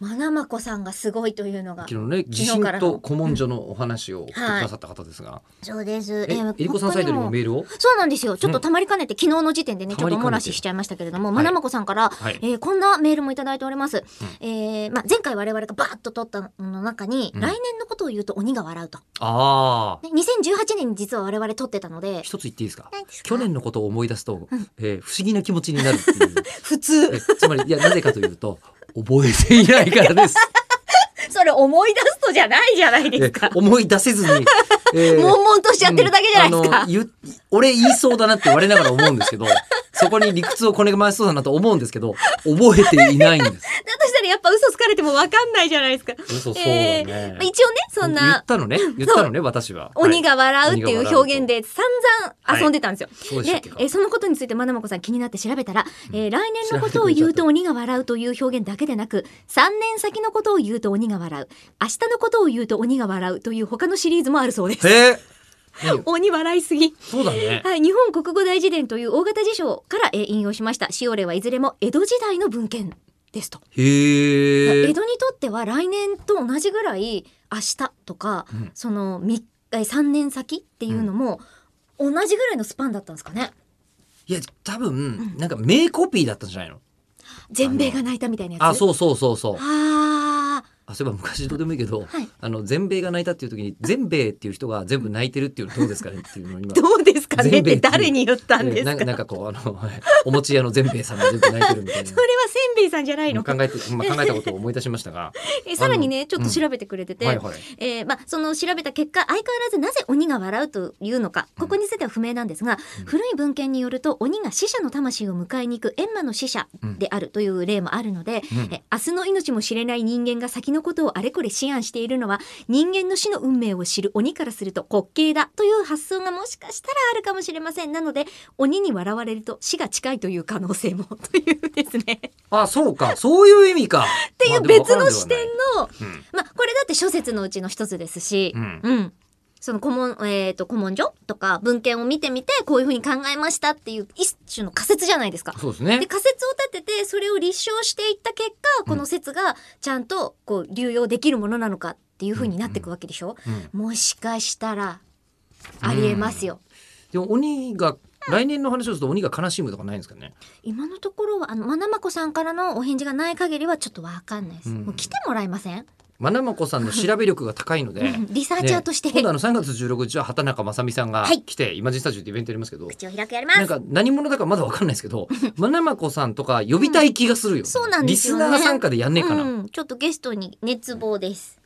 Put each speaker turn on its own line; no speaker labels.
まなまこさんがすごいというのが。
昨日ね地震と古文書のお話を送ってくださった方ですが、
そうです。
ええりこさんサイドにもメールを
そうなんですよ。ちょっとたまりかねて、昨日の時点でね、ちょっとお漏
たまりかねて
らししちゃいましたけれども、
い
まなまこさんから、
はい
えーこんなメールもいただいております。えーまあ、前回我々がバーッと撮ったのの中に、
うん
来年のことを言うと鬼が笑うと。
ああ
ね2018年に実は我々撮ってたので、
一つ言っていいですか
何ですか
去年のことを思い出すと、えー不思議な気持ちになるっていう
普通
え、つまりいやなぜかというと覚えていないからです
それ思い出すとじゃないじゃ ないですか
え。思い出せずに、えー
悶々としちゃってるだけじゃないです
うんあ
か
の。言う俺言いそうだなって言われながら思うんですけ どそこに理屈をこね回しそうだなと思うんですけど覚えていないんで
だ
す
としたらやっぱ嘘つかれてもわかんないじゃないですか。
嘘そうだ
え
ね、
ーまあ、一応ね、そん
言っ
な
たのね言ったのね私は
鬼
はい
が笑うっていう表現で散々遊んでたんですよ。
そうでしたっ
で
けか
えーそのことについてまなまこさん気になって調べたら、えー来年のことを言うと鬼が笑うという表現だけでなく3年先のことを言うと鬼が笑う明日のことを言うと鬼が笑うという他のシリーズもあるそうです。
へえ何
鬼笑いすぎ
そうだね
はい、日本国語大辞典という大型辞書から、えー引用しましたしおれはいずれも江戸時代の文献ですと、
へえ
江戸にとっては来年と同じぐらい明日とか、
うん
そのみえー3年先っていうのも、同じぐらいのスパンだったんですかね
いや多分なんか名コピーだったんじゃないの
全米が泣いたみたいなやつ
あそうそうそうそう
あ
あそういえば昔どうでもいいけ
は
ど、
い
あの全米が泣いたっていう時に全米っていう人が全部泣いてるっていうのどうですかねっていうのを今
ーどうですかねっ
全米って
て
いう
誰に言ったん
え
で
ー
す
なん
か、
なんかこうあの はいお餅屋の全兵衛さんが全部泣いてるみたいな
それはせんべいさんじゃないの、
考えて、まあ、考えたことを思い出しましたが
えさらにねちょっと調べてくれてて、
はいはい
えーまあ、その調べた結果相変わらずなぜ鬼が笑うというのかここについては不明なんですが、
うん
古い文献によると鬼が死者の魂を迎えに行く閻魔の使者であるという例もあるので、
うん
え明日の命も知れない人間が先のことをあれこれ思案しているのは人間の死の運命を知る鬼からすると滑稽だという発想がもしかしたらあるかもしれませんなので鬼に笑われると死が近いという可能性もというですね。
あそうかそういう意味かっ
っていう別の視点の、
うん
まあ、これだって諸説のうちの一つですし
う、ん、
うん、その古文、えー、と古文書とか文献を見てみてこういうふうに考えましたっていう一種の仮説じゃないですか。
そうです
で
ね
仮説を立ててそれを立証していった結果この説がちゃんとこう流用できるものなのかっていうふうになっていくわけでしょ、
うん
もしかしたらありえますよ。
でも鬼が来年の話をすると鬼が悲しむとかないんですかね
今のところはあのまなまこさんからのお返事がない限りはちょっとわかんないです。
うん
もう来てもらえません、
まなまこさんの調べ力が高いので
リサーチャーとして、
ね今度あの3月16日は畑中雅美さんが
はい
来て、イマジンスタジオってイベントやりますけ ど
口を開くやります
なんか何者だかまだわかんないですけど まなまこさんとか呼びたい気がするよ、
そうなんですよね
リスナー参加でやんねえかな、
うん、ちょっとゲストに熱望です。